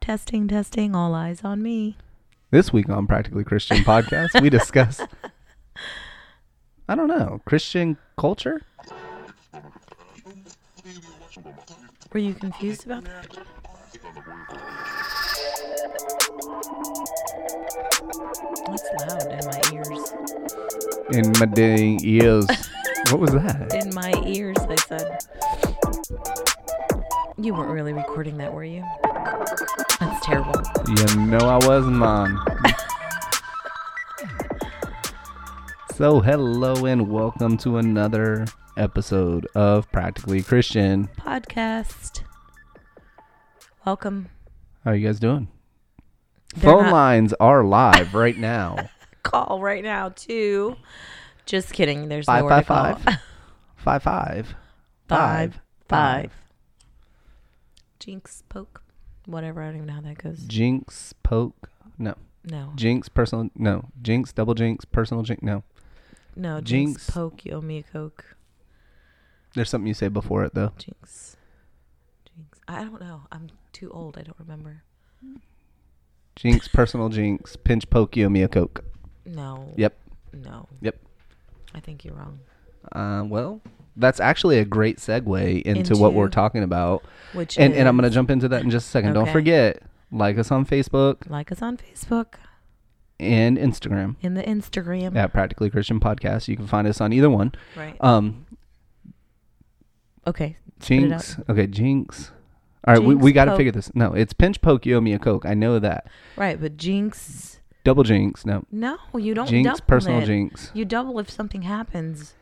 Testing, testing, all eyes on me. This week on Practically Christian Podcast, we discuss, I don't know, Christian culture? Were you confused about that? That's loud in my ears. In my dang ears. what was that? In my ears, I said. You weren't really recording that, were you? That's terrible. You know I was mine. so, hello and welcome to another episode of Practically Christian. Podcast. Welcome. How are you guys doing? They're Phone not- lines are live right now. Call right now to. Just kidding. There's Five, nowhere five, to call. five. five, five, Five, five, five. Jinx poke. Whatever. I don't even know how that goes. Jinx poke. No. No. Jinx personal. No. Jinx double jinx personal jinx. No. No. Jinx, Jinx. poke. You owe me a coke. There's something you say before it though. Jinx. Jinx. I don't know. I'm too old. I don't remember. Jinx personal jinx pinch poke you owe me a coke. No. Yep. No. Yep. I think you're wrong. Uh, well, that's actually a great segue into, what Into- we're talking about, Which and and I'm is- gonna jump into that in just a second. Okay. Don't forget like us on Facebook like us on Facebook and Instagram in the Instagram. at Practically Christian Podcast. You can find us on either one. Right. Um, okay. it out. Jinx. Okay, Jinx. All right, we, Jinx we got to poke. figure this. No, it's pinch poke you owe me a coke. I know that. Right, but Jinx. Double jinx. No. No, you don't. jinx double personal it. jinx. You double if something happens.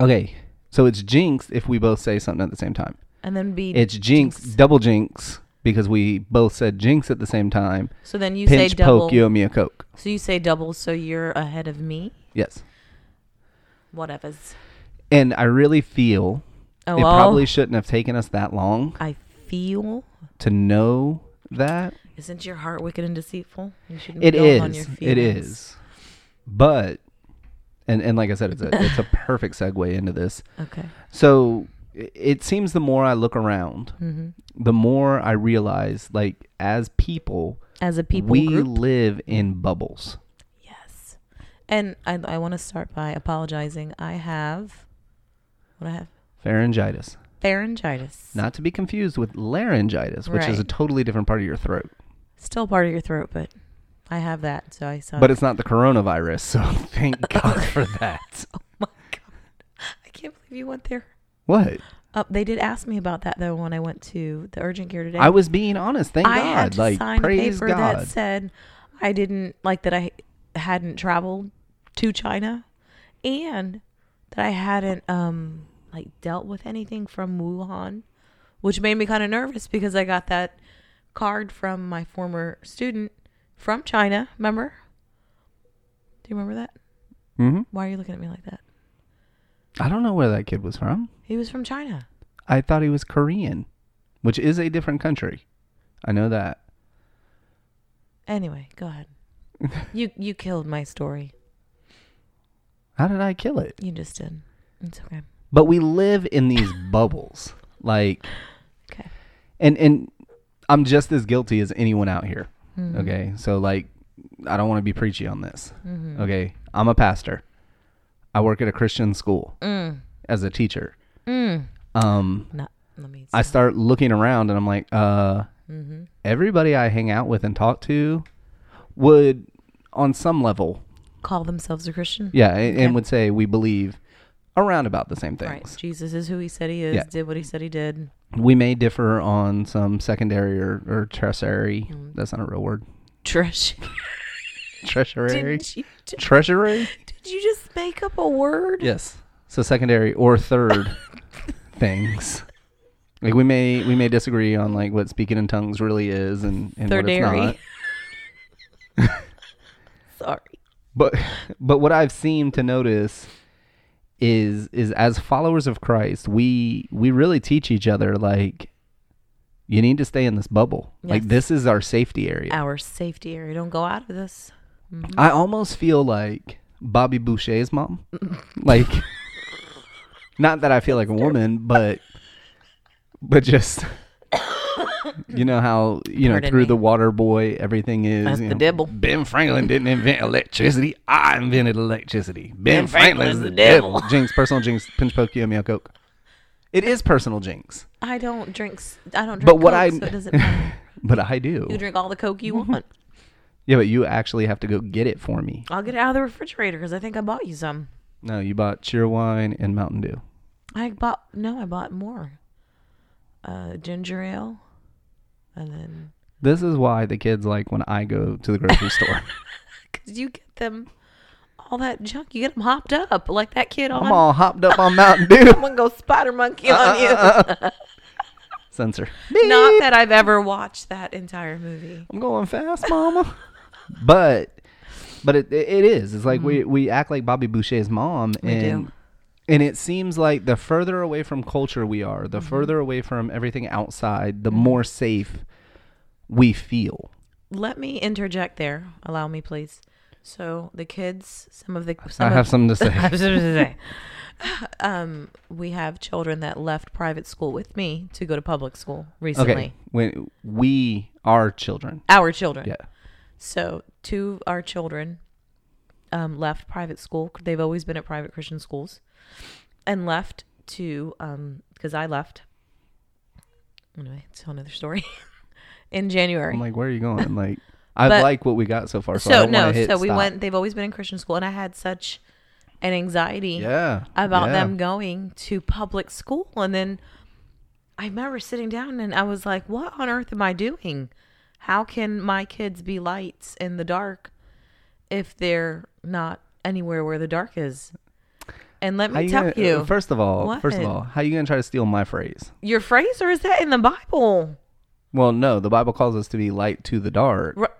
Okay. So it's jinx if we both say something at the same time. And then be It's jinx, double jinx because we both said jinx at the same time. So then you Pinch say double. poke you owe me a coke. So you say double. So you're ahead of me. Yes. Whatever's. And I really feel Oh, it well, probably shouldn't have taken us that long I feel. to know that. Isn't your heart wicked and deceitful? You shouldn't It build on your is. It feelings. is. But and and like I said, it's a it's a perfect segue into this. Okay. So i- it seems the more I look around, Mm-hmm. the more I realize, like as people, As a people we group. live in bubbles. Yes. And I, I want to start by apologizing. I have, what do I have? Pharyngitis, Pharyngitis. not to be confused with laryngitis, which is a Right. totally different part of your throat. Still part of your throat, but I have that. So I saw. But it's not the coronavirus, so thank God for that. Oh my God. I can't believe you went there. What? Uh, they did ask me about that, though, when I went to the urgent care today. I was being honest. Thank I God. had to like sign praise a paper God. that said I didn't, like, that I hadn't traveled to China and that I hadn't, um, like, dealt with anything from Wuhan. which made me kind of nervous because I got that card from my former student from China. Remember? Do you remember that? hmm Why are you looking at me like that? I don't know where that kid was from. He was from China. I thought he was Korean, which is a different country. I know that. Anyway, go ahead. you you killed my story. How did I kill it? You just did. It's okay. But we live in these bubbles. Like Okay. and and I'm just as guilty as anyone out here. Hmm. Okay, so like, I don't want to be preachy on this. Mm-hmm. Okay, I'm a pastor. I work at a Christian school Mm. as a teacher. Mm. Um, Not. Let me. I start looking around and I'm like, uh, Mm-hmm. everybody I hang out with and talk to would, on some level, Call themselves a Christian. yeah, a- and, Okay. would say we believe around about the same Right. things. Jesus is who he said he is. Yeah. Did what he said he did. We may differ on some secondary or, or tertiary. Mm. That's not a real word. Trish. Tertiary. Did you, did, Treasury. did you just make up a word? Yes. So secondary or third things. Like we may we may disagree on like what speaking in tongues really is and, and what it's Thirdary. not. Sorry. But but what I've seemed to notice is is as followers of Christ, we we really teach each other like you need to stay in this bubble. Like Yes. this is our safety area. our safety area. Don't go out of this. I almost feel like Bobby Boucher's mom. like not that I feel like a woman, but but just you know how you know Pardon through me. the water boy everything is That's you the know, devil. Ben Franklin didn't invent electricity. I invented electricity. Ben, Ben Franklin's Franklin's the the devil. devil. jinx, personal jinx, pinch Pokio, meow coke. It is personal jinx, I don't drink. s- I don't drink. But what Coke, I- Mm-hmm. so it doesn't matter. but I do. You drink all the Coke you want. Yeah, but you actually have to go get it for me. I'll get it out of the refrigerator because I think I bought you some. No, you bought Cheerwine and Mountain Dew. I bought no, I bought more. Uh, ginger ale, and then This is why the kids like when I go to the grocery store. because you get them all that junk, you get them hopped up like that kid on. I'm all hopped up on Uh, Mountain Dew. I'm gonna go spider monkey on you. Censor. Not that I've ever watched that entire movie. I'm going fast, mama. but but it it is. It's like we we act like Bobby Boucher's mom Mm-hmm. We and do. and it seems like the further away from culture we are, Mm-hmm. the further away from everything outside, the more safe we feel. Let me interject there. Allow me, please. So the kids, some of the I some have of, something to say. I was gonna say. um, we have children that left private school with me to go to public school recently. okay. When we are children. Our children. Yeah. So two of our children um, left private school. They've always been at private Christian schools, and left to because I left. Anyway, it's a whole nother story. in January. I'm like, where are you going? I'm like I But- like what we got so far. So, Oh I so don't wanna no, hit so we stop. went. They've always been in Christian school, and I had such an anxiety Yeah. about yeah. them going to public school, and then I remember sitting down and I was like, "What on earth am I doing? How can my kids be lights in the dark if they're not anywhere where the dark is?" And let How me tell gonna- uh, you, First of all, first of What? all, how you gonna try to steal my phrase? your phrase or is that in the Bible? Well, no, the Bible calls us to be light to the dark. R-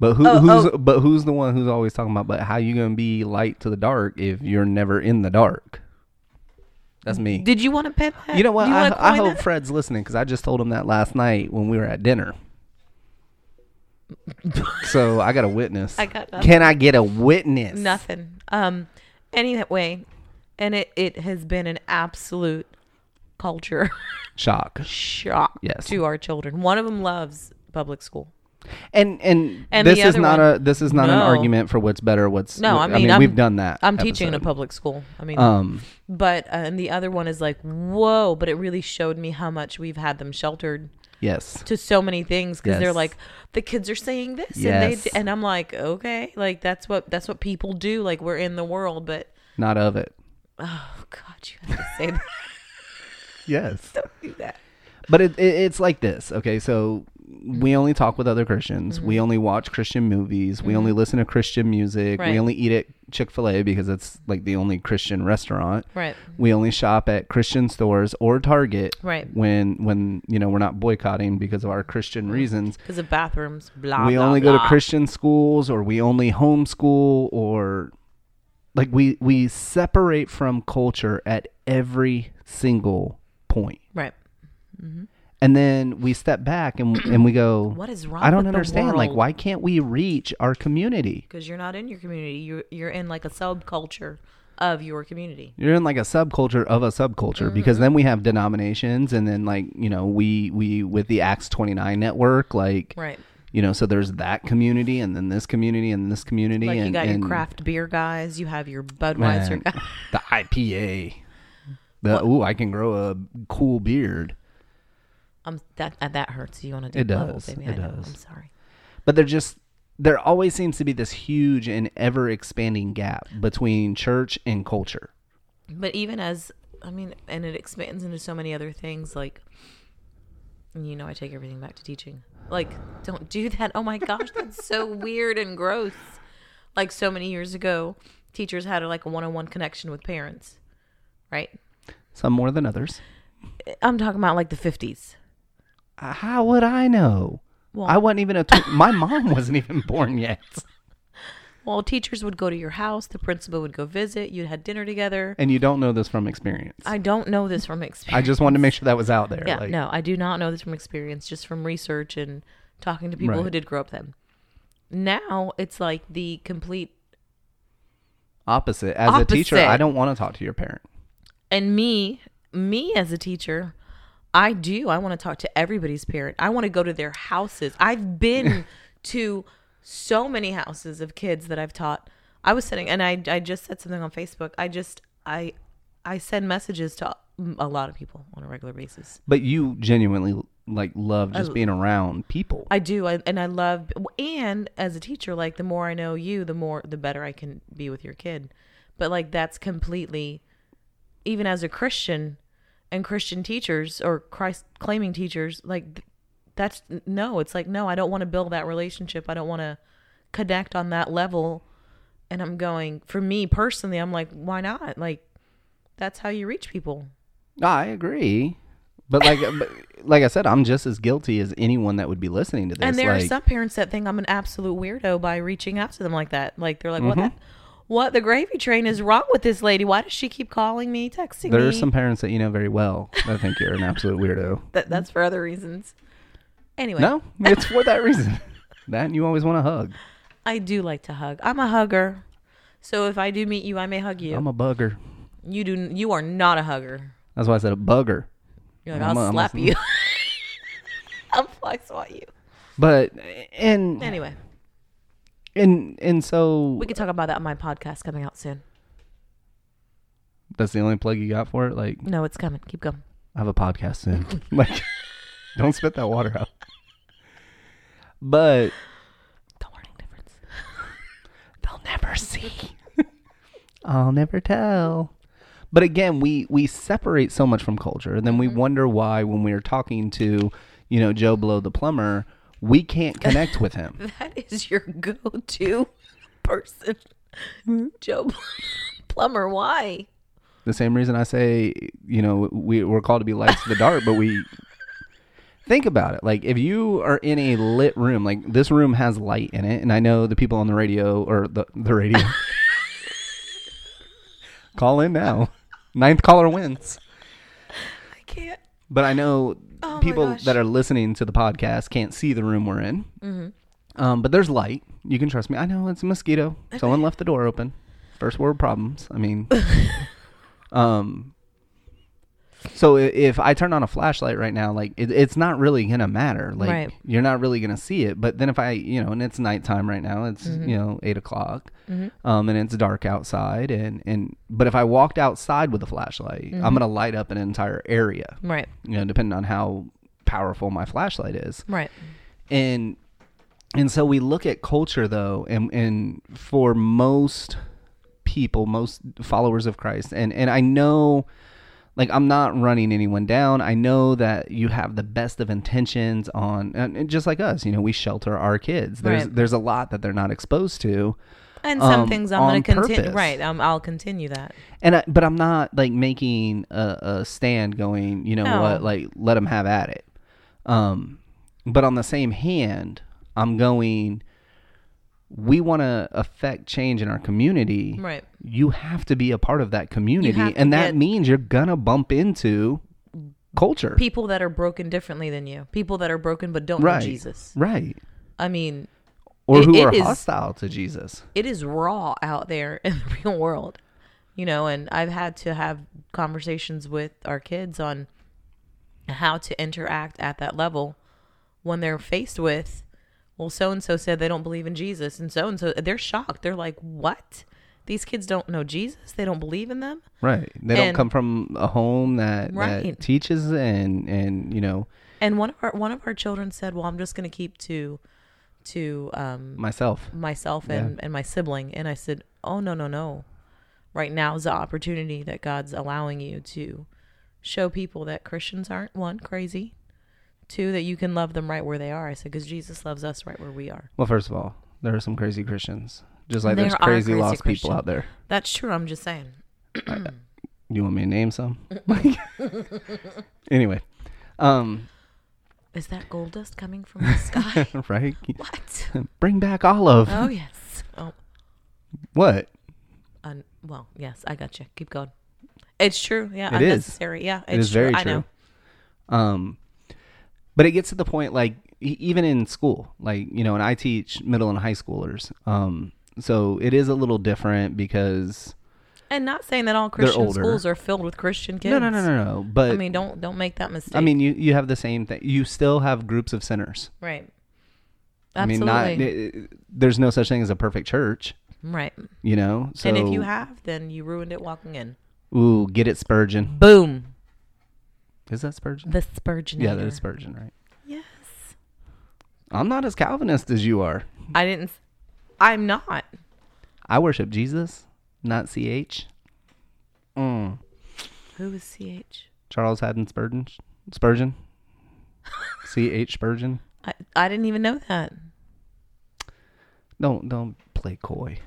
But who, Oh, who's but who's the one who's always talking about? But how you gonna be light to the dark if you're never in the dark? That's me. Did you want to pin that? you know what? Do wanna I, I coin hope that? Fred's listening because I just told him that last night when we were at dinner. so I got a witness. I got nothing. Can I get a witness? Nothing. Um. Anyway, and it it has been an absolute culture Shock. shock Yes. to our children. One of them loves public school. And and, And this the is other not one- a this is not an No. argument for what's better. What's No, I what- mean, I'm- we've done that. I'm teaching in a episode. public school. I mean, Um, but uh, and the other one is like, whoa! But it really showed me how much we've had them sheltered yes. to so many things because they're Yes. like, the kids are saying this, and they Yes. d-, and I'm like, okay, like that's what that's what people do. Like we're in the world, but Not of it. oh god, you have to say that. Yes. Don't do that. But it, it, it's like this, okay? So Mm-hmm. we only talk with other Christians. We only watch Christian movies. We only listen to Christian music. Mm-hmm. Right. We only eat at Chick fil A because it's like the only Christian restaurant. Right. We only shop at Christian stores or Target Right. when when you know we're not boycotting because of our Christian Mm-hmm. reasons. Because of bathrooms, blah. we blah, only go to blah. Christian schools or we only homeschool or like we we separate from culture at every single point. Right. And then we step back and and we go, What is wrong? I don't with understand. The Like, world? why can't we reach our community? because you're not in your community. You're you're in like a subculture of your community. You're in like a subculture of a subculture Mm-hmm. because then we have denominations, and then like you know we we with the Acts 29 network, like Right. you know, so there's that community, and then this community, and this community, Like and you got and- your craft beer guys, you have your man, Budweiser guys. the IPA. The, ooh, I can grow a cool beard. Um, that uh, that hurts you on a It deep level, does. baby. It I know. does. I'm sorry. but there just there always seems to be this huge and ever expanding gap between church and culture. But even as I mean, and it expands into so many other things. Like, you know, I take everything back to teaching. Like, don't do that. Oh my gosh, that's so weird and gross. Like so many years ago, teachers had like a one-on-one connection with parents, right? Some more than others. I'm talking about like the 50s. Uh, How would I know? Well- I wasn't even a. Tw- my mom wasn't even born yet. Well, teachers would go to your house, the principal would go visit, you'd had dinner together. And you don't know this from experience. I, I don't know this from experience. just wanted to make sure that was out there. yeah, like, no, I do not know this from experience, just from research and talking to people who Right. did grow up then. Now it's like the complete Opposite. As a teacher, Opposite. I don't want to talk to your parent. and me, me as a teacher, I do. I want to talk to everybody's parent. I want to go to their houses. I've been to so many houses of kids that I've taught. I was sitting and I I just said something on Facebook. I just I I send messages to a lot of people on a regular basis. But you genuinely like love just I- being around people. I do, I, and I love. And as a teacher, like the more I know you, the more the better I can be with your kid. But like that's completely, even as a Christian, and Christian teachers or Christ claiming teachers, like th- that's no. It's like no, I don't want to build that relationship. I don't want to connect on that level. And I'm going for me personally. I'm like, why not? Like that's how you reach people. I agree. But like uh, but, like I said, I'm just as guilty as anyone that would be listening to this. and there like, are some parents that think I'm an absolute weirdo by reaching out to them like that. Like they're like, Mm-hmm. what? The, what the gravy train is wrong with this lady? Why does she keep calling me, texting there me? are some parents that you know very well that think you're an absolute weirdo. That, that's for other reasons. Anyway, No, it's for that reason. That and you always want to hug. I do like to hug. I'm a hugger, so if I do meet you, I may hug you. I'm a bugger. you do. You are not a hugger. That's why I said a bugger. You're like, I'm a- I'll I'm a- slap you. I'll flex on you. But and Anyway, and and so we could talk about that on my podcast coming out soon. that's the only plug you got for it. Like No, it's coming. Keep going. I have a podcast soon. like don't spit that water out. But The warning difference. they'll never see. I'll never tell. But again, we we separate so much from culture, and then we wonder why when we are talking to, you know, Joe Blow the plumber, we can't connect with him. That is your go-to person, Joe Plumber. Why? The same reason I say, you know, we we're called to be lights to the dark, but we think about it. Like if you are in a lit room, like this room has light in it, and I know the people on the radio or the the radio call in now. Ninth caller wins. I can't. But I know Oh my people gosh. that are listening to the podcast can't see the room we're in. Mm-hmm. Um, but there's light. You can trust me. I know it's a mosquito. Someone left the door open. First world problems. I mean, um, so i- if I turn on a flashlight right now, like it, it's not really gonna matter. Like Right. you're not really gonna see it. But then if I, you know, and it's nighttime right now. It's Mm-hmm. you know eight o'clock, um, and it's dark outside. And and but if I walked outside with a flashlight, Mm-hmm. I'm gonna light up an entire area Right. you know, depending on how powerful my flashlight is. Right. And and so we look at culture though, and and for most people, most followers of Christ, and and I know like I'm not running anyone down. I know that you have the best of intentions on and and just like us, you know, we shelter our kids. There's Right. there's a lot that they're not exposed to. And some Um, things I'm on going to continue. purpose. Right. Um, I'll continue that. And I, but I'm not like making a, a stand going, you know No. what, like let them have at it. Um, but on the same hand, I'm going. We want to affect change in our community. Right. You have to be a part of that community, have to and that get- means you're gonna bump into culture, People that are broken differently than you. People that are broken but don't right? know Jesus. right? I mean, Or It- who it are is- hostile to Jesus? it is raw out there in the real world, you know. And I've had to have conversations with our kids on how to interact at that level when they're faced with, well, so and so said they don't believe in Jesus, and so and so they're shocked. They're like, what? These kids don't know Jesus. They don't believe in them. Right. They don't And- come from a home that, Right. that teaches and and you know And one of our one of our children said, well, I'm just going to keep to to um, myself. myself and, and my sibling. And I said, Oh, no, no, no. Right now is the opportunity that God's allowing you to show people that Christians aren't one, crazy, two, that you can love them right where they are. I said, Because Jesus loves us right where we are. Well, first of all, there are some crazy Christians, just like There there's are crazy crazy lost Christian. people out there. That's true. I'm just saying. You want me to name some? anyway, um, Is that gold dust coming from the sky? right? what? Bring back Olive. Oh, yes. Oh, What? un- well, yes. I got you. Keep going. It's true. Yeah. It is. unnecessary. Yeah. It's it is true. very I know. true. Um, but it gets to the point like e- even in school, like you know, and I teach middle and high schoolers. Um, so it is a little different because And not saying that all Christian older. schools are filled with Christian kids. No, no, no, no, no. But I mean, don't don't make that mistake. I mean, you you have the same thing. You still have groups of sinners. right. Absolutely. I mean, not it- it- there's no such thing as a perfect church, right. you know. So, and if you have, then you ruined it walking in. ooh, get it, Spurgeon. Boom. Is that Spurgeon? The Spurgeon. yeah, that is Spurgeon, right? Yes. I'm not as Calvinist as you are. I didn't. s- I'm not. I worship Jesus, not CH. Mm. Who is CH? Charles Haddon Spurgeon. Spurgeon. CH Spurgeon. I, I didn't even know that. Don't don't play coy.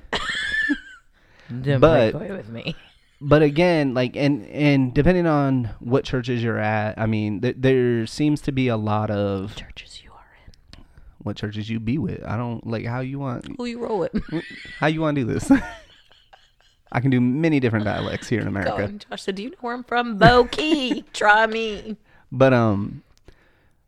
Don't But- play coy with me. but again like and and depending on what churches you're at i mean th- there seems to be a lot of Churches you are in. what churches you be with i don't like how you want Who you roll with? how you want to do this i can do many different dialects here in Go america on, Josh said, "Do you know where I'm from?" Bokey, try me. but um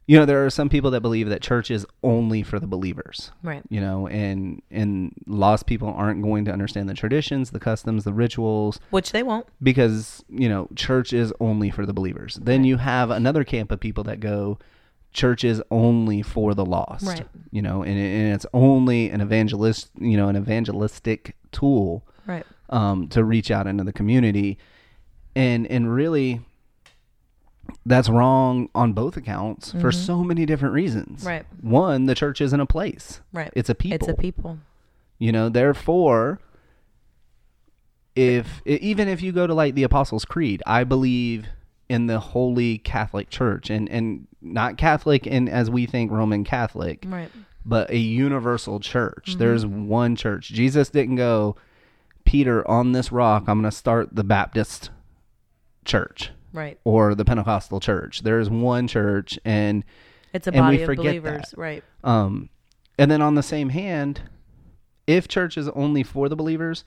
you know there are some people that believe that church is only for the believers Right. you know and and lost people aren't going to understand the traditions the customs the rituals Which they won't. because you know church is only for the believers then you have another camp of people that go church is only for the lost Right. you know and, it- and it's only an evangelist you know an evangelistic tool Right. um, to reach out into the community and and really that's wrong on both accounts for so many different reasons Right. one the church isn't a place Right. it's a people It's a people. you know, therefore, if e- even if you go to like the Apostles' Creed, I believe in the Holy Catholic Church, and and not Catholic, and as we think Roman Catholic, Right. but a universal church. There's one church. Jesus didn't go, Peter, on this rock, I'm going to start the Baptist church Right. or the Pentecostal church. There is one church, and It's a And we body of forget believers. Right. um, and then on the same hand, if church is only for the believers,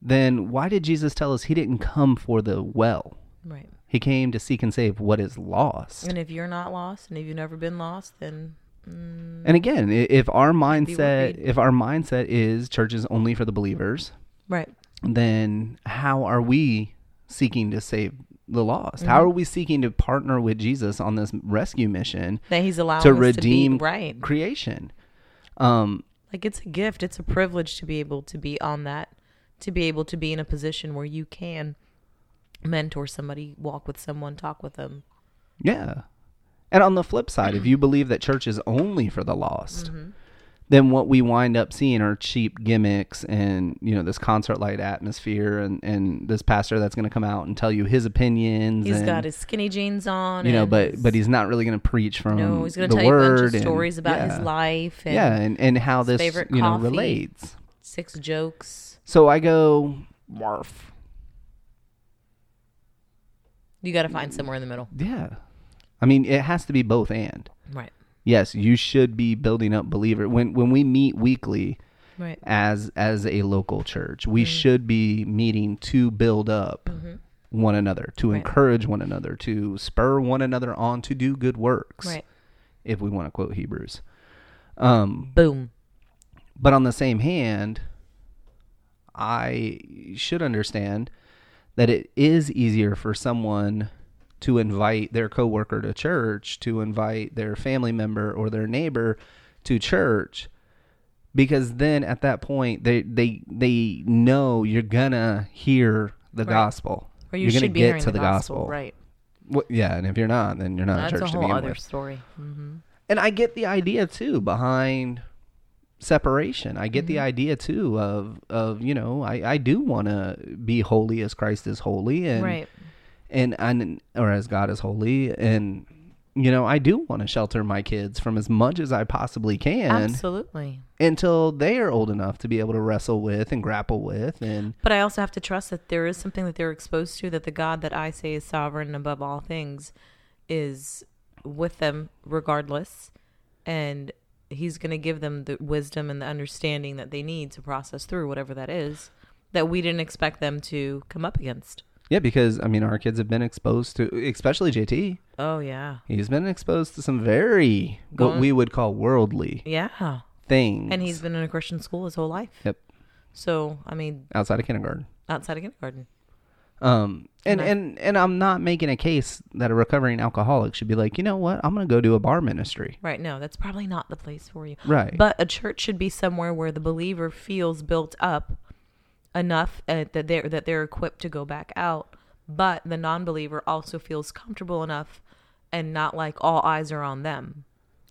then why did Jesus tell us he didn't come for the well? Right. He came to seek and save what is lost. And if you're not lost, and if you've never been lost, then mm, And again, i- if our mindset worried. if our mindset is church is only for the believers, right. then how are we seeking to save the lost? Mm-hmm. How are we seeking to partner with Jesus on this rescue mission That he's allowed to us redeem to be right. creation? Um, Like it's a gift. It's a privilege to be able to be on that, to be able to be in a position where you can mentor somebody, walk with someone, talk with them. Yeah. And on the flip side, if you believe that church is only for the lost, Mm-hmm. then what we wind up seeing are cheap gimmicks and, you know, this concert light atmosphere and, and this pastor that's going to come out and tell you his opinions. He's and, got his skinny jeans on. you know, and but his- but he's not really going to preach from no, he's going gonna to tell you a bunch of stories about his life and yeah, and, and how this, favorite you know, coffee. relates. six jokes. So I go, Warf. You got to find somewhere in the middle. yeah. I mean, it has to be both and. Right. Yes, you should be building up believer. When when we meet weekly, Right. as as a local church we Mm-hmm. should be meeting to build up one another to Right. encourage one another to spur one another on to do good works Right. if we want to quote hebrews um Boom. but on the same hand i should understand that it is easier for someone to invite their coworker to church to invite their family member or their neighbor to church because then at that point they they they know you're gonna hear the Right. gospel Or you are should gonna be get hearing to the gospel. Right. Wh- yeah and if you're not then you're not a That's church a to whole begin other with. story. hmm and i get the idea too behind separation i get the idea too of of you know i i do want to be holy as christ is holy and Right. and and or as god is holy and you know i do want to shelter my kids from as much as i possibly can Absolutely. until they are old enough to be able to wrestle with and grapple with and But I also have to trust that there is something that they're exposed to that the God that I say is sovereign and above all things is with them regardless. And he's going to give them the wisdom and the understanding that they need to process through whatever that is that we didn't expect them to come up against. yeah because i mean our kids have been exposed to especially jt Oh, yeah. he's been exposed to some very what Going- we would call worldly Yeah. things And he's been in a Christian school his whole life. yep So, I mean, outside of kindergarten outside of kindergarten. Um, And and, I- and and I'm not making a case that a recovering alcoholic should be like, you know what, I'm gonna go do a bar ministry. Right. No, that's probably not the place for you. Right. But a church should be somewhere where the believer feels built up enough uh, that they're that they're equipped to go back out, but the non-believer also feels comfortable enough and not like all eyes are on them.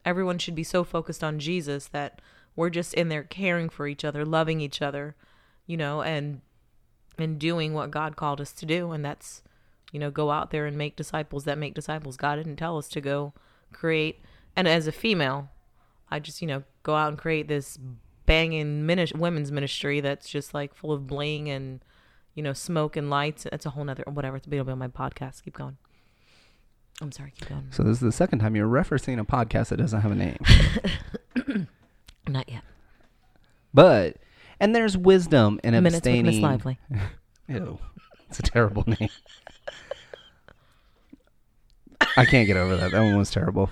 Everyone should be so focused on Jesus that we're just in there caring for each other, loving each other, you know, and and doing what God called us to do, and that's you know go out there and make disciples that make disciples. God didn't tell us to go create. And as a female, I just, you know, go out and create this banging minis- women's ministry that's just like full of bling and, you know, smoke and lights. That's a whole nother, whatever. It's it'll be on my podcast. Keep going. I'm sorry. Keep going. So this is the second time you're referencing a podcast that doesn't have a name. Not yet. but and there's wisdom in Minutes with abstaining. Miss Lively. Ew. It's a terrible name. I can't get over that. That one was terrible.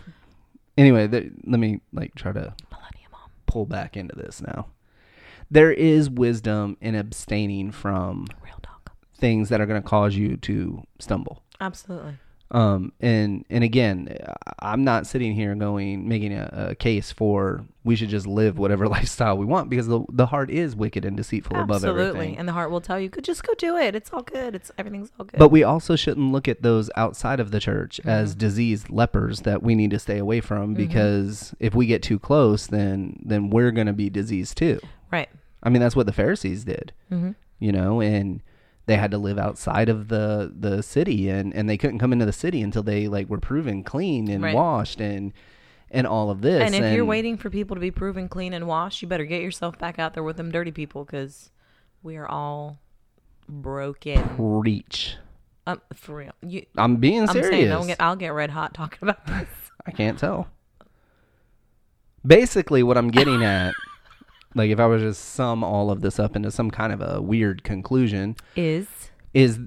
Anyway, th- let me like try to Millennium Mom. pull back into this now. There is wisdom in abstaining from Real dog. things that are going to cause you to stumble. Absolutely. Um, and and again, I- I'm not sitting here going making a, a case for we should just live whatever lifestyle we want because the the heart is wicked and deceitful above everything. Absolutely. And the heart will tell you, "Go- just go do it. It's all good. It's everything's all good. But we also shouldn't look at those outside of the church as diseased lepers that we need to stay away from because if we get too close, then then we're going to be diseased too. right. I mean, that's what the Pharisees did, Mm-hmm. you know, and they had to live outside of the the city, and and they couldn't come into the city until they like were proven clean and Right. washed and and all of this. and if you're waiting for people to be proven clean and washed, you better get yourself back out there with them dirty people because we are all broken. reach. Um, for real. You, I'm being I'm serious. saying don't get, I'll get red hot talking about this. I can't tell. Basically, what I'm getting at, like if I was just sum all of this up into some kind of a weird conclusion, Is is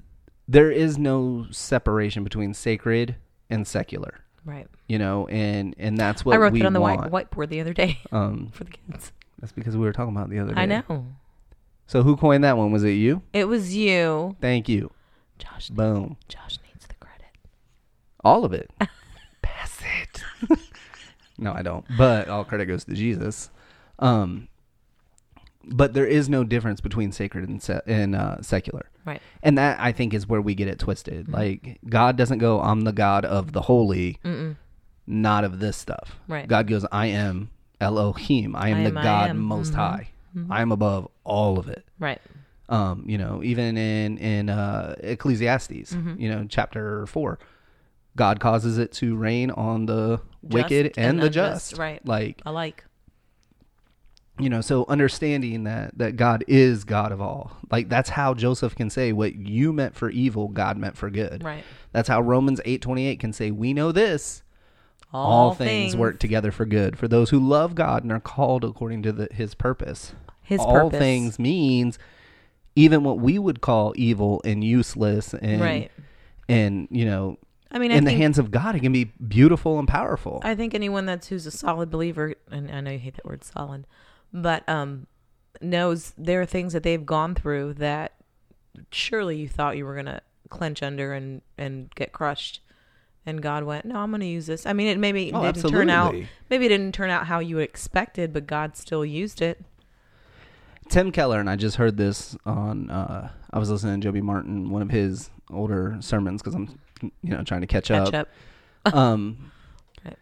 there is no separation between sacred and secular, right. you know, and and that's what I wrote we that on the white, want. whiteboard the other day Um, for the kids. that's because we were talking about it the other day. I know So who coined that one? Was it you? it was you, Thank you. Josh. Boom. Josh needs the credit. All of it. Pass it. no, I don't. But all credit goes to Jesus. Um, but there is no difference between sacred and, se- and uh, secular. Right. Mm-hmm. And that, I think, is where we get it twisted. Like, God doesn't go, I'm the God of the holy, not of this stuff. Right. God goes, I am Elohim. I am I the am, I God am." Mm-hmm. most high. I am above all of it Right. um, you know, even in in uh, Ecclesiastes, you know, chapter four, God causes it to rain on the wicked and, and the unjust, just, right. Like I like. you know, so understanding that that God is God of all, like that's how Joseph can say, "What you meant for evil, God meant for good." Right. That's how Romans eight twenty eight can say, "We know this." All, things, work together for good for those who love God and are called according to the, His purpose His all purpose. things means even what we would call evil and useless and Right. and you know I mean, I in the think- hands of God it can be beautiful and powerful. I think anyone that's who's a solid believer, and I know you hate that word solid, but um, knows there are things that they've gone through that surely you thought you were gonna clench under and and get crushed, and God went, no, I'm gonna use this. I mean, it maybe it Oh, didn't turn out, absolutely. maybe it didn't turn out how you expected, but God still used it. Tim Keller and I just heard this on uh I was listening to Joby Martin one of his older sermons cuz I'm you know trying to catch, Catch up. Um Right.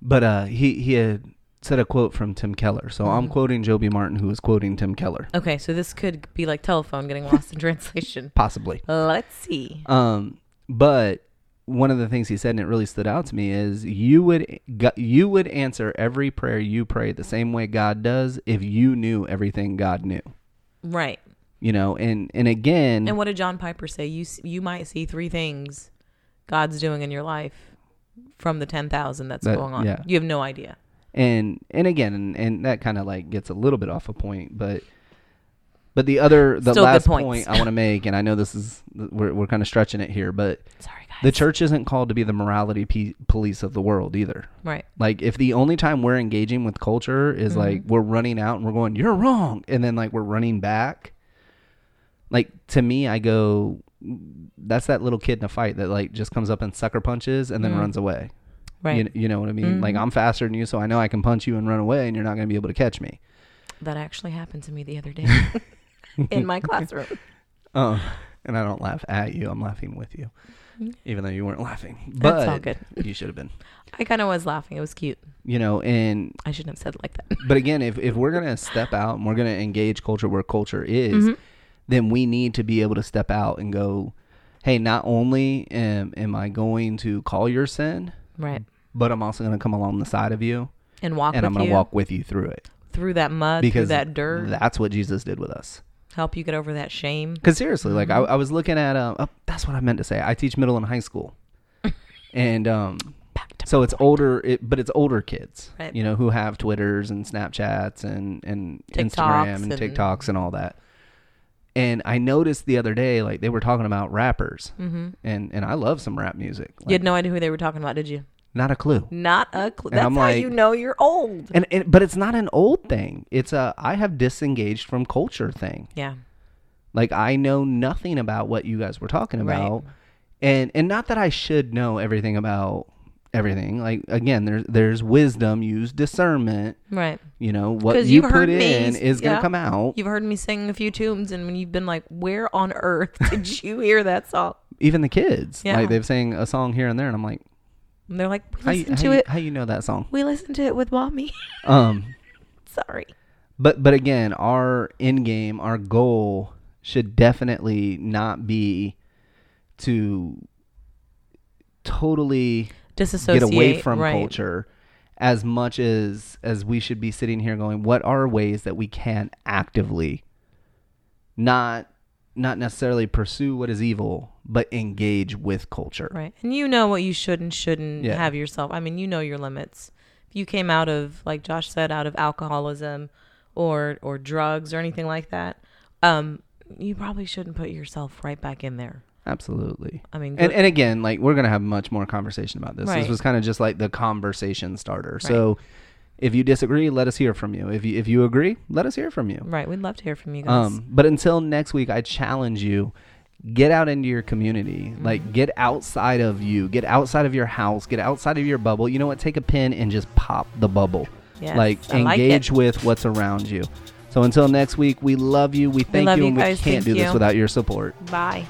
but uh he he had said a quote from Tim Keller. So Mm-hmm. I'm quoting Joby Martin who is quoting Tim Keller. Okay, so this could be like telephone getting lost in translation. Possibly. Let's see. Um, but one of the things he said, and it really stood out to me, is you would go- you would answer every prayer you pray the same way God does if you knew everything God knew. Right. You know, and and again, And what did John Piper say? You s- you might see three things God's doing in your life from the ten thousand that's That- going on. yeah. You have no idea. and and again, and, and that kind of like gets a little bit off a point, but. But the other, the Still good last points. point I want to make, and I know this is we're we're kind of stretching it here, but Sorry, guys. the church isn't called to be the morality pe- police of the world either. right. Like if the only time we're engaging with Mm-hmm. culture is like we're running out and we're going, You're wrong and then like we're running back. Like to me, I go, that's that little kid in a fight that like just comes up and sucker punches and then Mm. runs away. Right. You, you know what I mean? Like Mhm. I'm faster than you, so I know I can punch you and run away, and you're not going to be able to catch me. that actually happened to me the other day in my classroom. Um, and I don't laugh at you. I'm laughing with you, even though you weren't laughing. But Mm-hmm. That's all good. you should have been. I kind of was laughing. It was cute. You know, and I shouldn't have said it like that. but again, if if we're gonna step out and we're gonna engage culture where culture is, Mhm. then we need to be able to step out and go, hey, not only am am I going to call your sin, Right. but I'm also gonna come along the side of you And walk and with I'm gonna you walk with you through it through that mud, through because that dirt, That's what Jesus did with us. help you get over that shame. Because seriously, like I, Mm-hmm. I was looking at, um, oh, that's what I meant to say. I teach middle and high school, and um, Back to so it's older, it, but it's older kids, Right. you know, who have Twitters and Snapchats and and Instagram TikToks and, and- TikToks and all that. And I noticed the other day, like they were talking about rappers, hmm and and I love some rap music. Like, you had no idea who they were talking about, did you? not a clue. Not a clue. And That's I'm how like- you know you're old. And, and but it's not an old thing. It's a I have disengaged from culture thing. Yeah. Like I know nothing about what you guys were talking Right. about. And and not that I should know everything about everything. Like again, there's there's wisdom, use discernment, Right. you know, what 'Cause you you've heard put me, in is going to yeah. come out. You've heard me sing a few tunes, and when you've been like, where on earth did you hear that song? Even the kids. Yeah. Like they've sang a song here and there and I'm like, And they're like, we how you, listened how to you- it. how you know that song? We listened to it with mommy. Um Sorry. but but again, our end game, our goal should definitely not be to totally Disassociate. get away from right. culture as much as as we should be sitting here going what are ways that we can actively not not necessarily pursue what is evil but engage with culture Right. And you know what you should and shouldn't Yeah. have yourself. I mean, you know your limits. If you came out of, like Josh said, out of alcoholism or or drugs or anything like that, um, you probably shouldn't put yourself right back in there. absolutely I mean, and go- and again like we're gonna have much more conversation about this this Right. was kind of just like the conversation starter so if you disagree let us hear from you if you if you agree let us hear from you right. We'd love to hear from you guys. Um, but until next week, I challenge you get out into your community. Mm-hmm. Like, get outside of you, get outside of your house, get outside of your bubble. You know what? Take a pin and just pop the bubble. Yes, like, I like engage it. with what's around you. So, until next week, we love you. We thank love you, you and we guys. can't Thank do this you. without your support. Bye.